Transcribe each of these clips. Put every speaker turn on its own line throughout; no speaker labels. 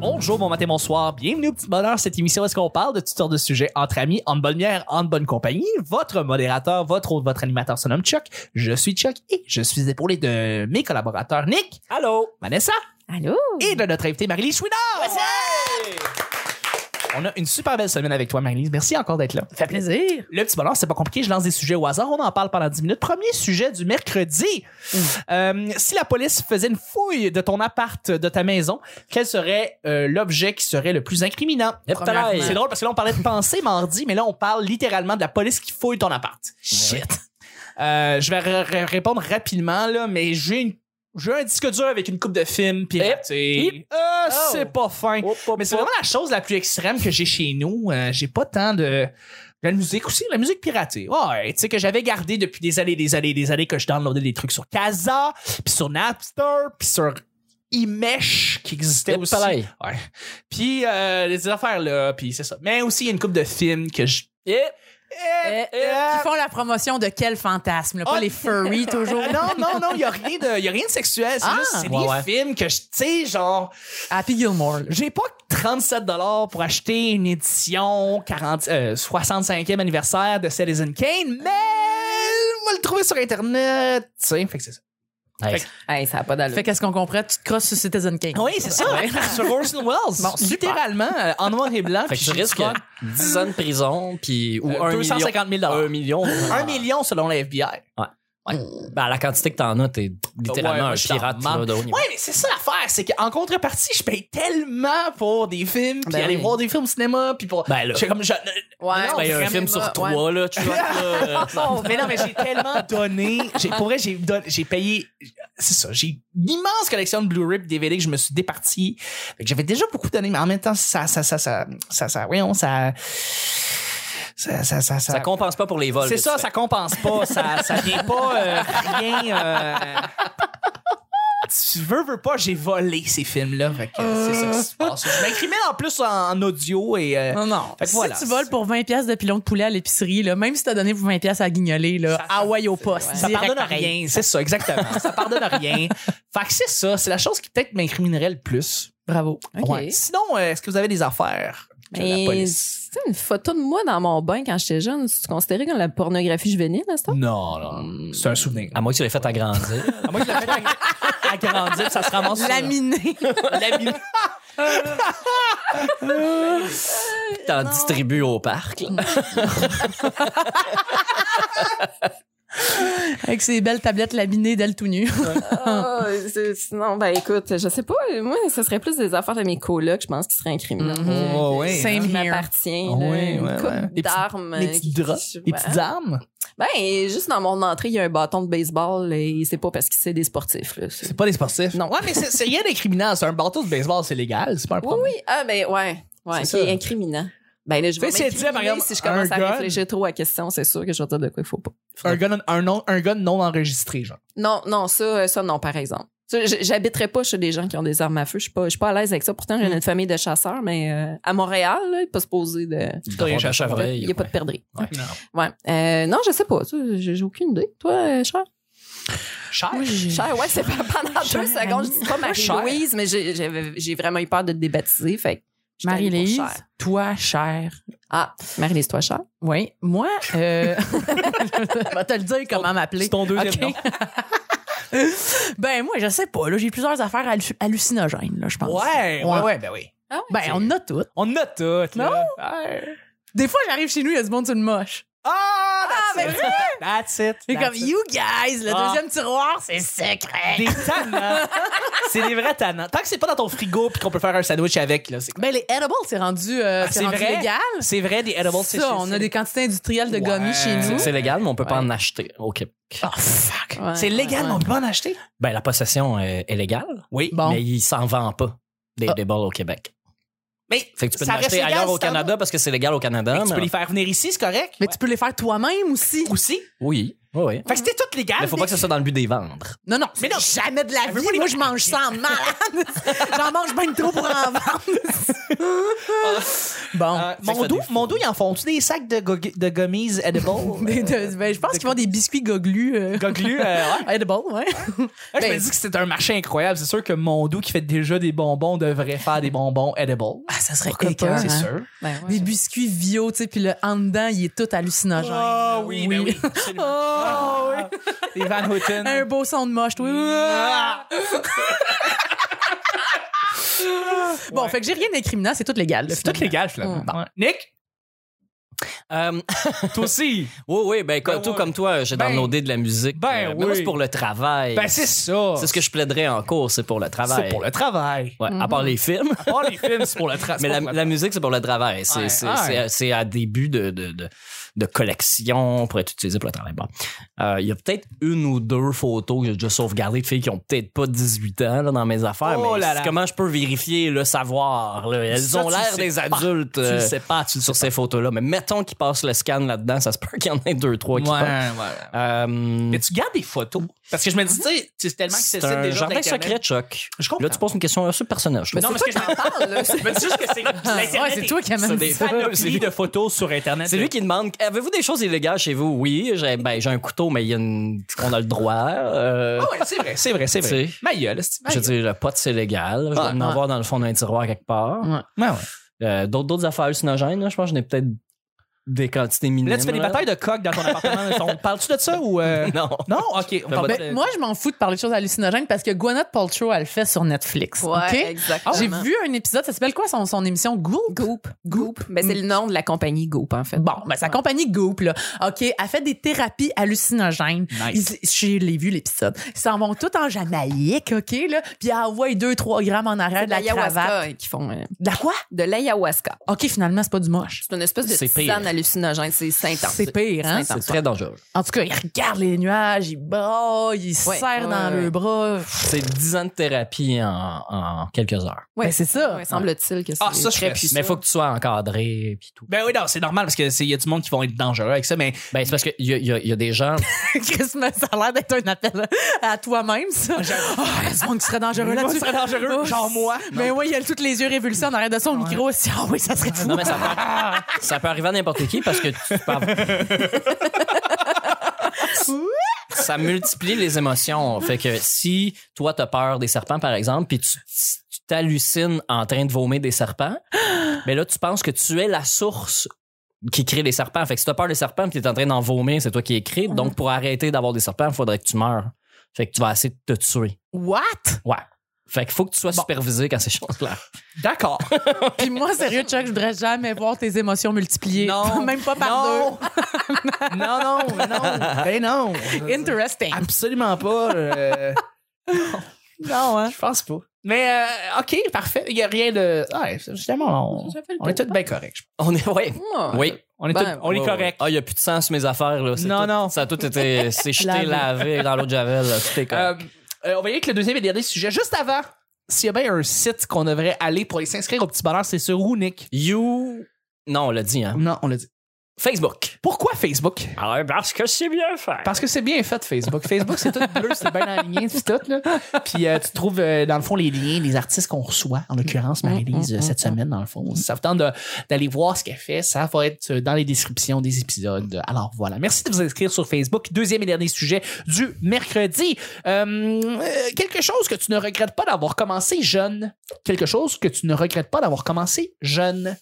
Bonjour, bon matin, bonsoir. Bienvenue au petit bonheur, cette émission où est-ce qu'on parle de toutes sortes de sujets entre amis, en bonne bière, en bonne compagnie. Votre modérateur, votre hôte, votre animateur se nomme Chuck. Je suis Chuck et je suis épaulé de mes collaborateurs Nick,
Allô?
Vanessa
Allô?
et de notre invité Marie-Lise Chouinard. On a une super belle semaine avec toi, Marie-Lise. Merci encore d'être là.
Ça fait plaisir.
Le petit bonheur, c'est pas compliqué. Je lance des sujets au hasard. On en parle pendant 10 minutes. Premier sujet du mercredi.
Mmh.
Euh, si la police faisait une fouille de ton appart, de ta maison, quel serait euh, l'objet qui serait le plus incriminant?
Premièrement.
Hey, C'est drôle parce que là, on parlait de pensée mardi, mais là, on parle littéralement de la police qui fouille ton appart. Shit. Euh, je vais r- r- répondre rapidement, là, mais j'ai une- j'ai un disque dur avec une coupe de film piraté.
Hip.
Euh,
Oh.
C'est pas fin. Mais c'est vraiment la chose la plus extrême que j'ai chez nous. Euh, j'ai pas tant de. de La musique aussi, la musique piratée. Ouais, tu sais, que j'avais gardé depuis des années, des années, des années que je downloadais des trucs sur Casa, puis sur Napster, puis sur eMesh qui existait
Hip,
aussi.
pareil.
Ouais. Puis euh, les affaires là, puis c'est ça. Mais aussi, il y a une coupe de films que je.
Euh,
Eh,
Ils
eh,
font la promotion de quel fantasme? là? Pas
Oh.
les furries toujours.
non, non, non, il n'y a, rien de- il y a rien de sexuel. C'est
Ah.
juste c'est
Ouais,
des
ouais.
films que je. Tu sais, genre.
Happy Gilmore. là.
J'ai pas 37 pour acheter une édition 40, euh, 65e anniversaire de Citizen Kane, mais on va le trouver sur Internet. Tu sais, fait que c'est ça.
Nice.
Hey, ça n'a pas d'allure.
Fait qu'est-ce qu'on comprend? Tu te crosses sur Citizen King.
Oui, c'est ça. sur Orson Welles.
Bon, super.
littéralement, euh, en noir et blanc.
Fait que
puis
tu
j'ai du
risques
fun.
10 ans de prison, puis, ou
Euh,
1
250 000
million. 1 million.
Un million selon la FBI.
Ben, la quantité que t'en as, t'es littéralement
Ouais, moi,
un
je t'en
pirate
demande.
là, de haut niveau.
Ouais, mais c'est ça l'affaire, c'est qu'en contrepartie, je paye tellement pour des films, puis
Ben
aller
oui.
voir des films au cinéma, puis pour.
Ben là.
J'ai comme je-
Ouais.
Ben,
Tu payes un
vraiment,
film sur
ouais.
trois, là, tu vois. là.
Oh, mais non, mais j'ai tellement donné. J'ai, pour vrai, j'ai, don- j'ai payé. C'est ça. J'ai une immense collection de Blu-ray et DVD que je me suis départi. Fait que j'avais déjà beaucoup donné, mais en même temps, ça, ça, ça, ça, ça, ça, voyons, ça. Ça, ça, ça,
Ça compense pas pour les vols.
C'est
que tu
ça,
fais.
ça compense pas. Ça, ça vient pas euh, rien. euh, tu veux, veux pas, j'ai volé ces films-là. Fait que euh, c'est ça qui se passe. Je m'incrimine en plus en, en audio et. euh,
Non, non.
Fait que
si
voilà.
tu voles pour 20$ piastres de pilon de poulet à l'épicerie, là, même si t'as donné pour 20$ piastres à guignoler, là, Hawaii au poste.
Ça
direct
pardonne
pareil.
rien, c'est ça, exactement. ça pardonne rien. Fait que c'est ça, c'est la chose qui peut-être m'incriminerait le plus.
Bravo.
Ok.
Ouais. Sinon, euh, est-ce que vous avez des affaires que la
Mais
police?
c'est une photo de moi dans mon bain quand j'étais jeune. C'est considéré comme la pornographie juvénile à ce temps?
Non, non. C'est un souvenir.
À moins que tu l'aies fait agrandir.
À moins que la fête agrandie, ça se ramasse sur-
Laminé.
Laminé.
T'en distribues au parc. là.
Avec ses belles tablettes laminées d'elle tout nu.
Ah, c'est- sinon, ben écoute, je sais pas. Moi, ce serait plus des affaires de mes colocs, je pense, qui seraient incriminantes. Euh,
Oh, ouais.
Same
Qui
here.
m'appartient.
Oh,
là,
ouais,
une
ouais,
coupe
ouais. Des petits-
d'armes.
Les
euh,
petites
qui-
draps, les
ouais.
petites armes.
Ben, juste dans mon entrée, il y a un bâton de baseball et c'est pas parce que c'est des sportifs. Là, c'est-
C'est pas des sportifs.
Non.
Ouais, mais c'est c'est rien d'incriminant. C'est un bateau de baseball, c'est légal. C'est pas un
Oui,
problème.
oui. Ah, ben, ouais. Ouais,
C'est
qui
ça.
est incriminant. Ben, là, je vais
Tu sais, c'est dire, par
m'incriminer
exemple,
si je commence
un
à
gun.
réfléchir trop à la question, c'est sûr que je vais dire de quoi il faut pas.
Un gun, un, non, un gun non enregistré, genre.
Non, non, ça, euh, ça non, par exemple. Ça, j- J'habiterais pas chez des gens qui ont des armes à feu. Je suis pas, je suis pas à l'aise avec ça. Pourtant, j'ai
Mm.
une famille de chasseurs, mais euh, à Montréal, là, il peut se poser de.
Ben,
Tu
Drôle de
chevreuil.
Il n'y a pas de perdrix.
Ouais.
Non.
Ouais. Euh, non, je sais pas. Ça, J'ai j'ai aucune idée. Toi, euh, Cher?
Cher.
Cher, ouais, c'est pas pendant
Cher,
deux secondes. Je dis pas
Cher.
Marie-Louise, mais j'ai- j'avais- j'ai vraiment eu peur de te débaptiser. Fait que je t'aime pour
Marie-Lise,
Cher.
toi, chère.
Ah, Marie-Lise, toi, Cher.
Oui, moi, euh... je vais te le dire comment m'appeler.
C'est ton deuxième
Ok.
nom.
ben moi, je sais pas. Là, j'ai plusieurs affaires hallu- hallucinogènes, là, je pense.
Ouais, ouais,
Ouais.
ouais, ben oui.
Ben on en a toutes.
On note tout, là. Ouais.
Des fois, j'arrive chez nous, il y a du monde sur le moche.
Ah,
ben
that's, it. that's it.
C'est
That's
comme
it.
you guys, le
Ah.
deuxième tiroir, c'est secret.
Des tannants. c'est des vrais tannants. Tant que c'est pas dans ton frigo puis qu'on peut faire un sandwich avec, là, c'est
Ben les edibles, c'est rendu, euh,
Ah, c'est
c'est rendu
vrai?
légal.
c'est vrai, des edibles, c'est
Ça,
c'est-
on a
c'est-
des quantités industrielles de
Ouais.
gommis chez nous.
C'est légal, mais on peut pas
Ouais.
en acheter. OK.
Oh fuck.
Ouais,
C'est légal,
ouais,
mais on peut pas en acheter.
Ben, la possession euh, est légale,
Oui.
Bon.
mais il s'en vend pas des
Ah.
des balles au Québec.
Mais
Fait que tu peux
ça
en
reste
acheter
légal,
ailleurs au
si t'en as.
Canada parce que c'est légal au Canada.
tu
mais-
peux les faire venir ici, c'est correct?
Mais tu peux les faire toi-même aussi.
Aussi?
Oui. Oui, oui.
Fait que c'était tout légal.
Mais faut pas que ce soit dans le but des vendre.
Non, non,
Mais
mais
non.
jamais de la
Avez-vous
vie.
les
Moi, je mange ça en malade. J'en mange bien trop pour en vendre. bon.
Euh,
Fait que
mon
ça
dos,
défoule.
mon dos, ils en font-tu des sacs de, go- de gummies edible?
Des- de- ben, je pense qu'ils font des biscuits goglus. euh,
Goglu, euh, ouais.
edible, ouais.
Là, je
Ben,
me dis que c'est un marché incroyable. C'est sûr que mon dos qui fait déjà des bonbons devrait faire des bonbons edible.
Ah, ça serait
Pourquoi pas,
écœurant.
C'est
hein.
sûr.
Ben ouais.
Des biscuits vieux, tu sais, puis le en dedans, il est tout hallucinogène.
Ah oui, ben oui. absolument.
Oh, oui.
Des Van Houten.
Un beau son de moche, toi.
Ah!
Bon,
Ouais.
fait que j'ai rien d'incriminant, c'est tout légal. là,
C'est tout
finalement.
légal, finalement.
Bon.
Ouais. Nick,
Euh,
toi aussi.
oui, oui, ben, comme,
Ben,
tout
ouais.
comme toi, j'ai
Ben,
downloadé de la musique. euh,
ben
mais moi,
oui.
c'est pour le travail.
ben, c'est ça.
C'est ce que je plaiderais en cours, c'est pour le travail.
C'est pour le Mhm. travail.
Ouais, à part les films.
À part les films, c'est pour le travail.
Mais la, la musique, c'est pour le travail. C'est
Ouais, Ah
c'est-
ouais.
c'est à- c'est à début de, de, de, de collection pour être utilisé pour le travail. Bon. Euh, Il y a peut-être une ou deux photos que j'ai déjà sauvegardées de filles qui ont peut-être pas 18 ans là, dans mes affaires.
Oh
mais
là
c'est-
là.
comment je peux vérifier le savoir? là? Elles
Ça,
ont
tu
l'air
le
des
sais pas.
adultes
Tu le
euh,
sais pas, tu le
sur ces photos-là. Mais mettons qu'ils passent le scan là-dedans, ça se peut qu'il y en ait deux, trois
Ouais,
qui passent.
ouais.
Euh,
Mais tu gardes des photos. Parce que je me dis, tu sais, c'est tellement
c'est
accessible
un
déjà.
jardin
d'Internet.
secret, Chuck.
Je comprends.
Là, tu poses une question à ce personnage.
non, mais ce que je m'en parle, là, c'est- je me dis juste que c'est
Ouais, c'est toi qui amène
des-
ça.
qui de photos sur Internet.
C'est lui qui demande Avez-vous des choses illégales chez vous Oui, j'ai ben, j'ai un couteau, mais il y a une... on a le droit. euh,
Ah ouais, c'est vrai, c'est vrai, c'est vrai.
Tu sais.
Ma gueule, c'est ma
je veux
gueule.
dire, le pot, c'est légal. Je dois
Ah,
Ouais.
en avoir dans le fond d'un tiroir quelque part.
Ouais.
Ouais, ouais.
Euh, D'autres d'autres affaires hallucinogènes, là, je pense que j'en ai peut-être des quantités minimes.
Là, tu fais des batailles de coq dans ton appartement. On parle-tu de ça ou. euh,
Non.
Non, ok. on parle
Ben,
pas de-
Moi, je m'en fous de parler de choses hallucinogènes parce que Gwyneth Paltrow, elle le fait sur Netflix.
Ouais,
OK?
exactement.
J'ai vu un épisode, ça s'appelle quoi son, son émission? Goop?
Goop. Goop. Ben, c'est le nom de la compagnie Goop, en fait.
Bon, ben, sa
Ouais.
compagnie Goop, là, OK, elle fait des thérapies hallucinogènes.
Nice.
Ils- je l'ai vu, l'épisode. Ils s'en vont tout en Jamaïque, OK, là, puis elle envoie 2-3 grammes en
C'est
arrière
de
de la cravate.
l'ayahuasca qui font. euh,
De la quoi?
De l'ayahuasca.
OK, finalement, c'est pas du moche.
C'est une espèce de
C'est pire.
tisane hallucinogène. C'est intense.
C'est pire, hein?
C'est
C'est très dangereux.
En tout cas, ils regardent les nuages, ils braillent, ils se
Ouais,
serrent
ouais,
dans
ouais.
le bras.
C'est 10 ans de thérapie en, en quelques heures.
Ouais, Ben, c'est ça.
Ouais, semble-t-il que c'est
Ah, ça, je
très
fais-
puissant.
Mais il faut que tu sois encadré puis tout.
Ben oui, non, c'est normal parce qu'il y a du monde qui vont être dangereux avec ça, mais
Ben, c'est parce qu'il y, a- il y a- il y a des gens
Chris, mais ça a l'air d'être un appel à toi-même, ça. Oh, la seconde qui serait dangereux là-dessus.
serait dangereux,
Oh,
genre moi.
Mais oui, il a tous les yeux révulsés en arrière de son micro aussi. Ah oui, ça serait fou.
Non, mais ça peut, ça peut arriver à n'importe qui parce que tu peux avoir- ça multiplie les émotions. Fait que si toi, t'as peur des serpents, par exemple, puis tu tu t'hallucines en train de vomir des serpents, mais là, tu penses que tu es la source qui crée les serpents. Fait que si t'as peur des serpents puis t'es en train d'en vomir, c'est toi qui es créé. Donc, pour arrêter d'avoir des serpents, il faudrait que tu meurs. Fait que tu vas essayer de te tuer.
What?
Ouais. Fait qu'il faut que tu sois supervisé quand ces choses-là.
D'accord.
Puis moi, sérieux, Chuck, je voudrais jamais voir tes émotions multipliées.
Non.
Même pas par
non. non, non, non. Ben non.
deux.
Ah.
Interesting.
Absolument pas. euh,
Non, hein?
je pense pas. Mais euh, OK, parfait. Il n'y a rien de. ah, Ouais, justement, on, on est tous bien corrects. je pense.
On est, ouais.
Ah,
Oui.
On est,
Ben,
tous- on est
Ouais, ouais.
corrects.
Ah, il n'y a plus de sang sur mes affaires. Là. C'est
Non,
tout-
non.
Ça a tout été c'est jeté,
Lavé.
lavé dans l'eau de Javel. là. Tout est correct.
Euh, euh, on va y aller avec le deuxième et dernier sujet. Juste avant, s'il y a bien un site qu'on devrait aller pour aller s'inscrire au petit bonheur, c'est sur où, Nick?
You. Non, on l'a dit, hein.
Non, on l'a dit.
Facebook.
Pourquoi Facebook?
parce que c'est bien fait.
Parce que c'est bien fait, Facebook. Facebook, c'est tout bleu, c'est bien aligné, c'est tout. Là. Puis euh, tu trouves, euh, dans le fond, les liens, les artistes qu'on reçoit, en l'occurrence, Marie-Lise, euh, cette semaine, dans le fond. Si ça vous tente de- d'aller voir ce qu'elle fait, ça va être euh, dans les descriptions des épisodes. Alors voilà. Merci de vous inscrire sur Facebook. Deuxième et dernier sujet du mercredi. Euh, euh, quelque chose que tu ne regrettes pas d'avoir commencé jeune. Quelque chose que tu ne regrettes pas d'avoir commencé jeune.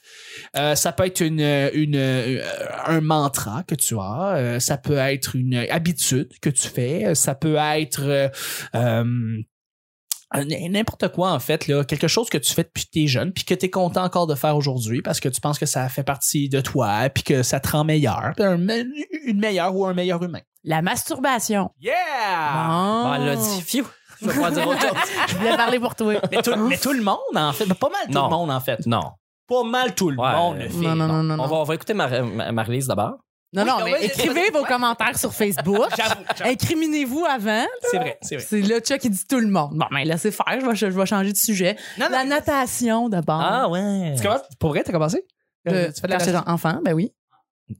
Euh, ça peut être une, une, euh, un mantra que tu as, euh, ça peut être une habitude que tu fais, euh, ça peut être euh, euh, n- n'importe quoi en fait, là, quelque chose que tu fais depuis que tu es jeune, puis que tu es content encore de faire aujourd'hui parce que tu penses que ça fait partie de toi, puis que ça te rend meilleur, un me- une meilleure ou un meilleur humain.
La masturbation.
Yeah!
Ah.
elle l'a dit. Phew. Je vais pas dire autre chose.
Je voulais parler pour toi.
Mais tout, mais tout le monde, en fait. Pas mal tout
Non.
le monde, en fait.
Non.
Pas mal tout le
Ouais.
monde le fait.
Non, non, non, non.
On
Non,
va, on va écouter Mar- Mar- Marie-Lise d'abord.
non, non,
Oui,
mais
ouais,
écrivez vos commentaires sur Facebook.
J'avoue, j'avoue.
Incriminez-vous avant.
c'est vrai, c'est vrai.
C'est là, Chuck, il dit tout le monde. Bon, ben, laissez faire, je vais, je vais changer de sujet.
Non, non,
La natation, d'abord.
ouais.
Tu commences- Pour vrai, t'as commencé?
Euh,
tu fais de la
quand j'étais enfant, ben oui.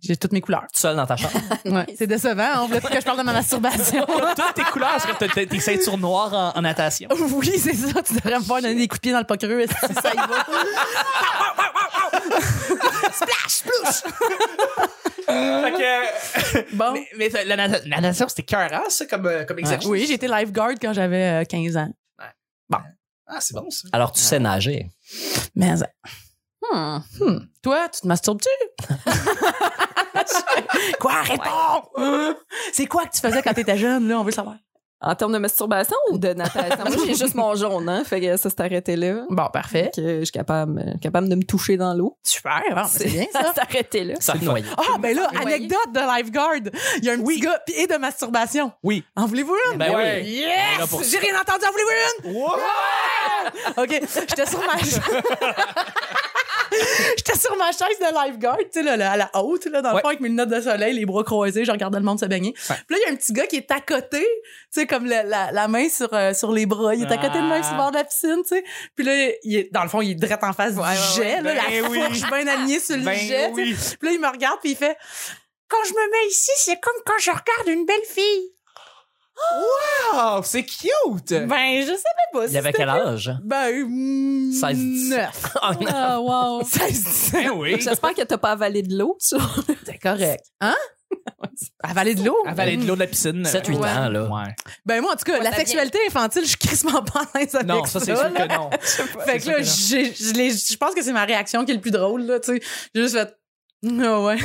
J'ai toutes mes couleurs.
Seul dans ta chambre.
Ah,
Ouais. C'est décevant. On voulait pas que je parle de ma masturbation.
Toutes tes couleurs, parce que t'as- t'as tes ceintures noires en, en natation.
oui, c'est ça. Tu devrais me faire donner des coups de pied dans le pocreux. Si ça y va.
Fait que, euh,
Bon. Ah,
mais, mais la, nata- la natation, c'était cœur, ça, comme, euh, comme exercice.
Oui, j'étais lifeguard quand j'avais euh, 15 ans.
Ah, c'est bon, ça.
Alors, tu sais nager.
Mais
Hmm.
toi, tu te masturbes-tu? quoi? Réponds! C'est quoi que tu faisais quand t'étais jeune, là? On veut savoir.
En termes de masturbation ou de natation? Moi, j'ai juste mon jaune, hein. Fait que ça s'est arrêté là.
Bon, parfait.
Fait que je suis capable, capable de me toucher dans l'eau.
Super. Bon, ben, c'est bien, ça.
s'est arrêté là.
Ça noyer.
Ah, ben là,
Vous voyez?
anecdote de lifeguard. Il y a un petit gars pis- et de masturbation.
Oui.
En voulez-vous une?
Ben oui. Ben là, pour
Yes! J'ai rien entendu. En voulez-vous une? OK, j'étais sur ma chaise. J'étais sur ma chaise de lifeguard, tu sais, là, là, à la haute, là, dans le
Ouais.
fond, avec mes lunettes de soleil, les bras croisés, je regardais le monde se baigner. Puis là, il y a un petit gars qui est à côté, tu sais, comme la, la, la main sur, euh, sur les bras. Il est à côté de moi, sur le
Ah.
bord de la piscine, tu sais. Puis là, il est, dans le fond, il est direct en face
ouais,
du
ouais.
jet, là, la
Ben oui.
fourche bien alignée sur le
Ben
jet, tu sais.
oui.
Puis là, il me regarde, puis il fait Quand je me mets ici, c'est comme quand je regarde une belle fille.
Oh, c'est cute!
Ben, je savais pas.
Il avait quel âge?
Ben, hum,
16, 17.
neuf.
Oh,
Ah, non.
Ah, wow. 16
Ben oui.
J'espère que t'as pas avalé de l'eau, tu vois.
C'est correct. Hein? Avaler de l'eau?
Avaler de l'eau de la piscine.
7-8
Ouais.
ans, là.
Ouais.
Ben, moi, en tout cas, la
ça
sexualité infantile, je suis crissement pas à l'aise avec
Non, ça, c'est sûr
là.
que non.
Fait que
c'est
là,
sûr
j'ai- je l'ai- je pense que c'est ma réaction qui est le plus drôle, là, tu sais. J'ai juste fait, ah ouais.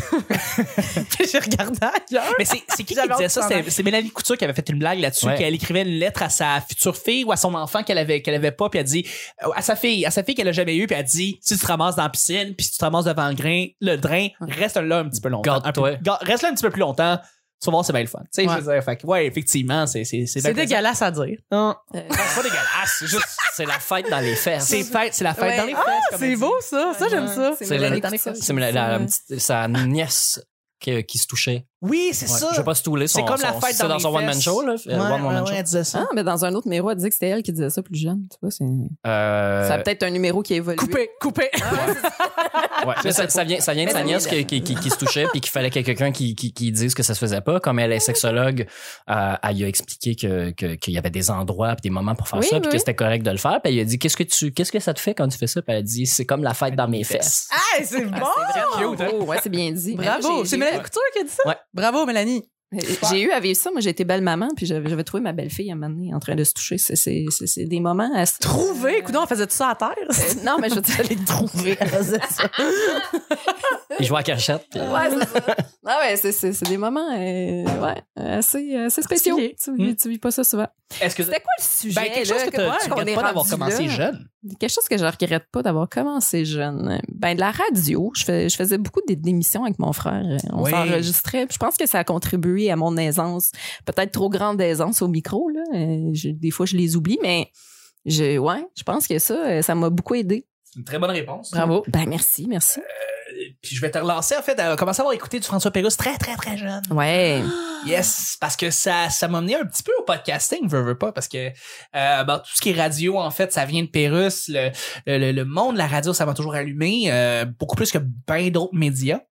Puis j'ai regardé ailleurs.
Mais c'est c'est qui qui
J'avais
disait
honte
ça?
quand
C'était-
même.
C'est Mélanie Couture qui avait fait une blague là-dessus,
Ouais.
qu'elle écrivait une lettre à sa future fille ou à son enfant qu'elle avait, qu'elle avait pas, puis elle dit euh, à sa fille, à sa fille qu'elle a jamais eue, puis elle dit si tu te ramasses dans la piscine, puis si tu te ramasses devant le grain, le drain, reste là un petit peu longtemps. Un peu-
Garde-toi.
ga- Reste là un petit peu plus longtemps. Tu vas voir, c'est bien le fun. Tu sais,
Ouais.
je veux dire, fait que, ouais, effectivement, c'est c'est c'est
C'est
bien plaisant.
dégueulasse à dire.
Non,
Euh,
c'est pas dégueulasse. c'est juste-
C'est la fête dans les fesses.
C'est fête, c'est la fête
Ouais.
dans les fesses. comme
C'est
elle
beau, ça. Ça, j'aime ça.
C'est
C'est
Mélanie
la-
Couture.
C'est la, la- la petite- sa nièce qui, qui se touchait.
dit. Oui, c'est
Ouais.
ça.
Je vais pas stouler son
C'est comme la
son-
fête
c'est
dans
dans
les
son one man
fesses.
show, là. Euh,
Ouais,
one
ouais,
man
ouais,
show.
elle disait ça.
Ah, mais dans un autre numéro, elle disait que c'était elle qui disait ça plus jeune. Tu vois, c'est.
Euh,
Ça a peut-être un numéro qui a évolué.
Coupé, coupé.
ouais. Mais ça, ça vient, ça vient de sa nièce qui, qui, qui- qui se touchait puis qu'il fallait que quelqu'un qui, qui, qui dise que ça se faisait pas. Comme elle est sexologue, euh, elle lui a expliqué que, que, qu'il y avait des endroits puis des moments pour faire
Oui,
ça
oui,
puis que
oui.
c'était correct de le faire. Puis elle lui a dit qu'est-ce que tu qu'est-ce que ça te fait quand tu fais ça? Puis elle a dit c'est comme la fête dans mes fesses.
Ah, c'est bon.
Ah,
Cute, hein?
oh, ouais, c'est bien dit.
Bravo. C'est
J'ai- j'ai-
Mélanie Couture qui a dit ça?
Ouais.
Bravo, Mélanie.
Euh, J'ai eu à vivre ça. Moi, j'ai été belle maman, puis j'avais j'avais trouvé ma belle-fille à un moment donné en train de se toucher. C'est- C'est c'est- c'est des moments à se
Trouvé. Coudon, on faisait tout ça à terre.
Euh, Non, mais je veux dire, les trouver.
Elle faisait ça.
Il joue à cachette. puis-
Ouais, c'est ça. Ah ouais, c'est- c'est c'est des moments euh, ouais, assez, euh, assez spéciaux.
Particulier.
Tu, vis- tu vis pas ça souvent.
Est-ce que
C'était quoi le sujet?
ben, quelque chose
là,
que t'as-
ouais,
tu
qu'on
regrettes
est
pas d'avoir
rendu
commencé
là?
jeune?
Quelque chose que je regrette pas d'avoir commencé jeune. Ben, de la radio. Je, fais- je faisais beaucoup des d'émissions avec mon frère. On
Oui.
s'enregistrait. puis Je pense que ça a contribué à mon aisance. Peut-être trop grande aisance au micro. Là. Euh, je- des fois, je les oublie, mais je, ouais, je pense que ça, euh, ça m'a beaucoup aidé.
C'est une très bonne réponse. Euh,
Bravo.
Ben, merci, merci.
Puis je vais te relancer, en fait, à commencer à avoir écouté du François Pérusse très, très, très jeune.
Ouais.
Yes, parce que ça, ça m'a mené un petit peu au podcasting, veux, veux pas, parce que euh, ben, tout ce qui est radio, en fait, ça vient de Pérusse. Le, le, le monde de la radio, ça m'a toujours allumé, euh, beaucoup plus que bien d'autres médias.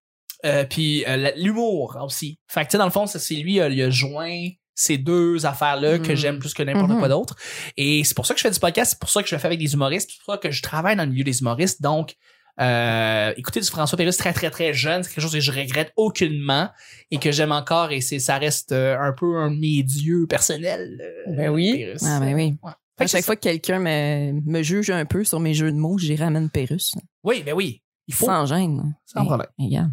Euh, puis euh, la- l'humour aussi. Fait que, tu sais, dans le fond, ça, c'est lui, euh, il a joint ces deux affaires-là que
Mhm.
j'aime plus que n'importe
Mhm.
quoi d'autre. Et c'est pour ça que je fais du podcast, c'est pour ça que je le fais avec des humoristes, c'est pour ça que je travaille dans le milieu des humoristes. Donc, euh, écouter du François Pérusse très, très, très jeune, c'est quelque chose que je regrette aucunement et que j'aime encore et c'est ça reste euh, un peu un milieu personnel. euh,
Ben oui.
Pérus.
Ah, ben oui.
Ouais. Fait
À
que
chaque
c'est-
fois que quelqu'un me, me juge un peu sur mes jeux de mots, j'y ramène Pérus.
Oui, ben oui. Il faut.
Sans gêne.
Sans
Hey,
problème.
Regarde,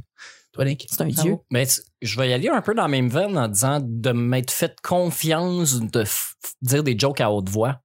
Toi, Nick.
c'est un
Bravo.
dieu.
Mais tu- je vais y aller un peu dans la même veine en disant de m'être fait confiance de f- dire des jokes à haute voix.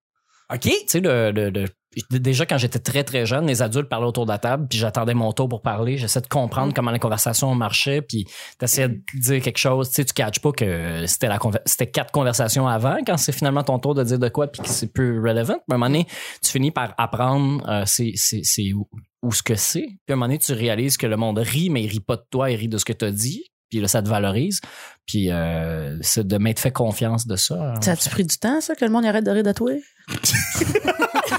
OK.
Tu sais, le, le- le- déjà quand j'étais très très jeune, les adultes parlaient autour de la table, puis j'attendais mon tour pour parler. J'essayais de
Mm.
comprendre comment la conversation marchait, puis t'essayais de dire quelque chose. Tu sais, tu catches pas que c'était la conver- c'était quatre conversations avant quand c'est finalement ton tour de dire de quoi, puis que c'est plus relevant. Puis à un moment donné, tu finis par apprendre euh, c'est, c'est, c'est où, où ce que c'est. Puis à un moment donné, tu réalises que le monde rit, mais il rit pas de toi, il rit de ce que t'as dit. Puis là, ça te valorise. Puis euh, c'est de m'être fait confiance de ça. hein.
Ça a-tu pris du temps, ça, que le monde arrête de rire de toi?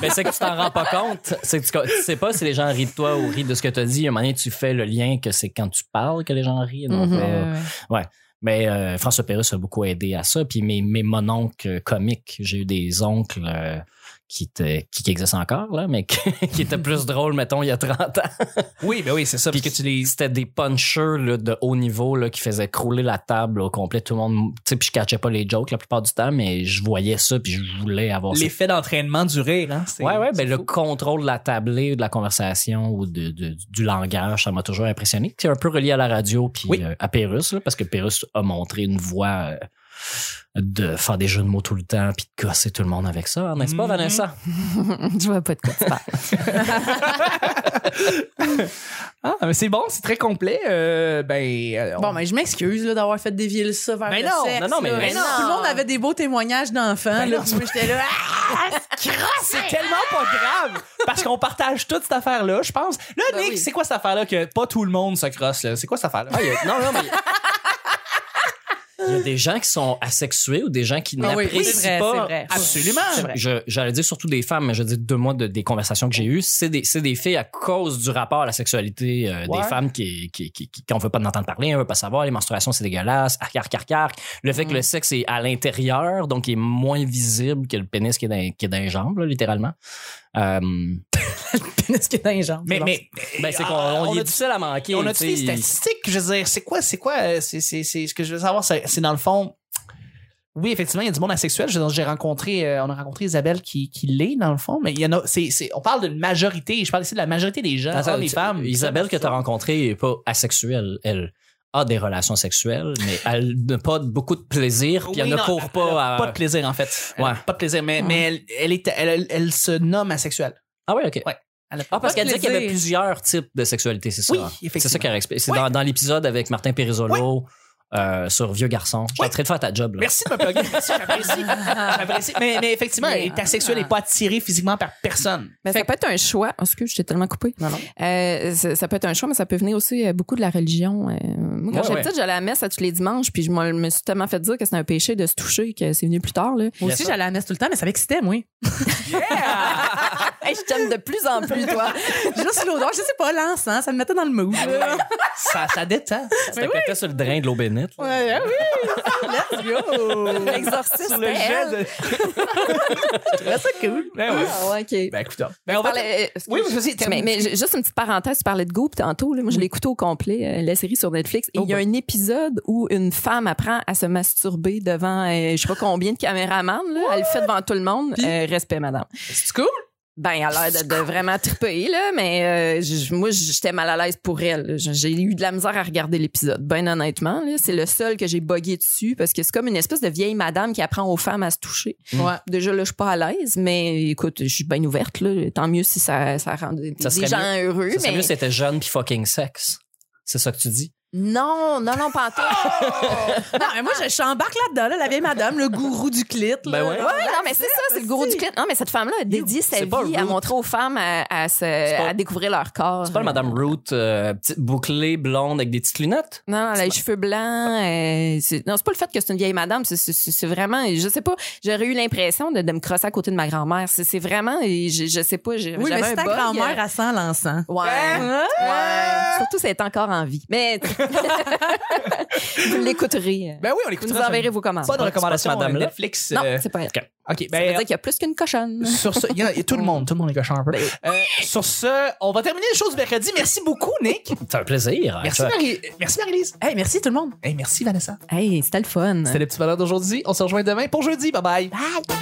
Mais c'est que tu t'en rends pas compte. C'est que tu, tu sais pas si les gens rient de toi ou rient de ce que tu as dit. À un moment donné, tu fais le lien que c'est quand tu parles que les gens rient. donc,
Mhm.
euh, mais euh, François Pérusse a beaucoup aidé à ça. Puis mes, mes mononcles comiques, j'ai eu des oncles euh, qui, étaient- qui, qui existent encore, là, mais qui, qui étaient plus drôles, mettons, il y a 30 ans.
Oui, ben oui, c'est ça. Parce que tu les.
C'était des punchers là, de haut niveau là, qui faisaient crouler la table là, au complet. Tout le monde, tu sais, puis je catchais pas les jokes la plupart du temps, mais je voyais ça, puis je voulais avoir ça.
L'effet d'entraînement du rire, hein? c'est-
Ouais, ouais, ben
c'est
le
fou.
contrôle de la tablée, de la conversation ou de, de- du langage, ça m'a toujours impressionné. C'est un peu relié à la radio puis
Oui.
euh, à Pérus, là, parce que Pérus a montré une voie euh, de faire des jeux de mots tout le temps puis de casser tout le monde avec ça, hein, n'est-ce pas,
Mhm.
Vanessa?
Je vois pas de quoi tu parles.
Ah, mais c'est bon, c'est très complet. Euh, ben. euh, on-
Bon, ben, je m'excuse là, d'avoir fait dévier le ça vers
Ben
le
non,
sexe,
non, non, mais-
là.
Ben
non.
Tout le monde avait des beaux témoignages d'enfants.
Ben
là,
non,
puis moi, j'étais là. Ah!
c'est tellement pas grave parce qu'on partage toute cette affaire-là, je pense. Là,
Ben
Nick,
oui.
c'est quoi cette affaire-là que pas tout le monde se crosse, là? C'est quoi cette affaire-là?
Ah, il y a- non, non, mais. Il y a des gens qui sont asexués ou des gens qui
Ah oui,
n'apprécient
oui, c'est vrai,
pas
c'est vrai.
Absolument.
C'est vrai.
Je- J'allais dire surtout des femmes, mais je dis deux mois de, des conversations que j'ai eues, c'est des, c'est des filles à cause du rapport à la sexualité euh,
Ouais.
des femmes qui, qui, qui, qui- qu'on veut pas en entendre parler, on veut pas savoir, les menstruations c'est dégueulasse, arc, arc, arc, arc. Le fait que
Mm.
le sexe est à l'intérieur, donc il est moins visible que le pénis qui est dans, qui est dans les jambes, là, littéralement. Euh,
Pénis qui est dans les jambes.
Mais,
c'est bon.
mais,
ben, c'est qu'on
Ah,
on,
on
y est
a-
difficile à manquer.
on a
tu
des
sais.
statistiques, je veux dire, c'est quoi, c'est quoi, euh, c'est, c'est, c'est- ce que je veux savoir, c'est, c'est dans le fond, oui, effectivement, il y a du monde asexuel, je veux dire, j'ai rencontré, euh, on a rencontré Isabelle qui, qui l'est, dans le fond, mais il y en a, c'est, c'est- on parle d'une majorité, je parle ici de la majorité des gens,
Attends,
hommes et
tu-
femmes.
Isabelle que tu as rencontrée est pas asexuelle, elle a des relations sexuelles, mais elle n'a pas beaucoup de plaisir, puis elle
Oui,
ne
non,
court pas à...
Pas de plaisir, en fait. Elle a
Ouais.
Pas de plaisir, mais, mais elle, elle est, elle, elle- elle se nomme asexuelle.
Ah oui, OK.
Ouais. Elle a pas-
Ah, parce
Pas de
qu'elle dit qu'il y avait
plaisir.
plusieurs types de sexualité, c'est ça?
Oui,
hein?
effectivement.
C'est ça qu'elle explique. C'est
Ouais.
dans, dans l'épisode avec Martin Périsolo euh, sur Vieux Garçon. Je suis
Ouais.
en train de faire ta job, là.
Merci de me plugger. Merci, j'apprécie. J'apprécie. Mais, mais effectivement,
Mais,
elle est asexuelle et pas attirée physiquement par personne.
Mais Ben, ça peut être un choix. Parce que je t'ai tellement coupé.
Non, non.
Euh, ça, ça peut être un choix, mais ça peut venir aussi euh, beaucoup de la religion. Euh, moi, quand
Ouais,
j'étais
ouais.
petite, j'allais à la messe à tous les dimanches, puis je me me suis tellement fait dire que c'était un péché de se toucher que c'est venu plus tard. Là.
Moi aussi,
Bien sûr.
j'allais à la messe tout le temps, mais ça m'excitait, moi.
Hey, je t'aime de plus en plus, toi.
Juste l'odeur, je sais pas, l'encens, ça me mettait dans le mood. là.
Ça, ça détend.
Ça pétait sur le drain de l'eau bénite. là.
Ouais, oui, let's go!
L'exorciste.
Sur le
c'était
jet
elle.
de. Je trouvais ça cool. Ben oui.
Ah, ouais, ok.
Ben
hein.
écoute, ben on
Tu
va
parlais- euh,
Oui,
excuse-
vas-y, termine.
mais, mais ju- juste une petite parenthèse, tu parlais de Goop tantôt. Là, moi, je l'ai écouté au complet, euh, la série sur Netflix. Et il y a un épisode où une femme apprend à se masturber devant euh, je sais pas combien de caméramans. Là. Elle le fait devant tout le monde. Euh, respect, madame.
C'est cool?
Ben, elle a l'air de, de vraiment triper, là, mais euh, j- moi, j'étais mal à l'aise pour elle. là. J- J'ai eu de la misère à regarder l'épisode, ben honnêtement. là. C'est le seul que j'ai bogué dessus parce que c'est comme une espèce de vieille madame qui apprend aux femmes à se toucher.
Ouais.
Déjà, là, je suis pas à l'aise, mais écoute, je suis bien ouverte, là. Tant mieux si ça, ça rend des,
Ça
des
serait
gens heureux,
Ça serait
mais
mieux si c'était jeune puis fucking sexe. C'est ça que tu dis?
non, non, non, pas en tout.
Non, mais moi, je j'embarque là-dedans, là, la vieille madame, le gourou du clit. là.
Ben ouais.
Ouais, non, mais c'est ça, c'est le gros du clit. Non, mais cette femme-là a dédié sa
c'est pas
vie à
rude.
montrer aux femmes à, à se-
pas-
à découvrir leur corps.
C'est pas le Madame Root, euh, petite bouclée, blonde, avec des petites lunettes?
Non, elle a les cheveux blancs. euh, c'est- non, c'est pas le fait que c'est une vieille madame. c'est- C'est c'est- c'est vraiment, je sais pas, j'aurais eu l'impression de, de me crosser à côté de ma grand-mère. C'est c'est vraiment, et je, je sais pas, j'ai-
Oui,
j'avais
mais
un
si ta
bug, Hein? Ah!
grand-mère,
euh,
elle sent l'encens.
Ouais. ouais. Surtout si elle est encore en vie. Mais vous l'écouterez.
Ben oui, on
Vous
l'écoutera.
nous
ça.
enverrez vos commandes.
Pas de
C'est pas
recommandation,
cette
madame
madame-là?
Netflix.
Non,
euh,
c'est pas elle.
Ok,
Ça veut dire
ben.
qu'il y a plus qu'une cochonne.
Sur ce, il y, a- il y a tout le monde, tout le monde est cochon un peu. Euh, sur ce, on va terminer les choses du mercredi. Merci beaucoup, Nick.
C'est un plaisir.
Merci,
Ça-
Marie. Merci, Marie-Lise.
Hey, merci tout le monde.
Hey, merci, Vanessa.
Hey, c'était le fun.
C'était le petit valeur d'aujourd'hui. On se rejoint demain pour jeudi. Bye bye.
Bye.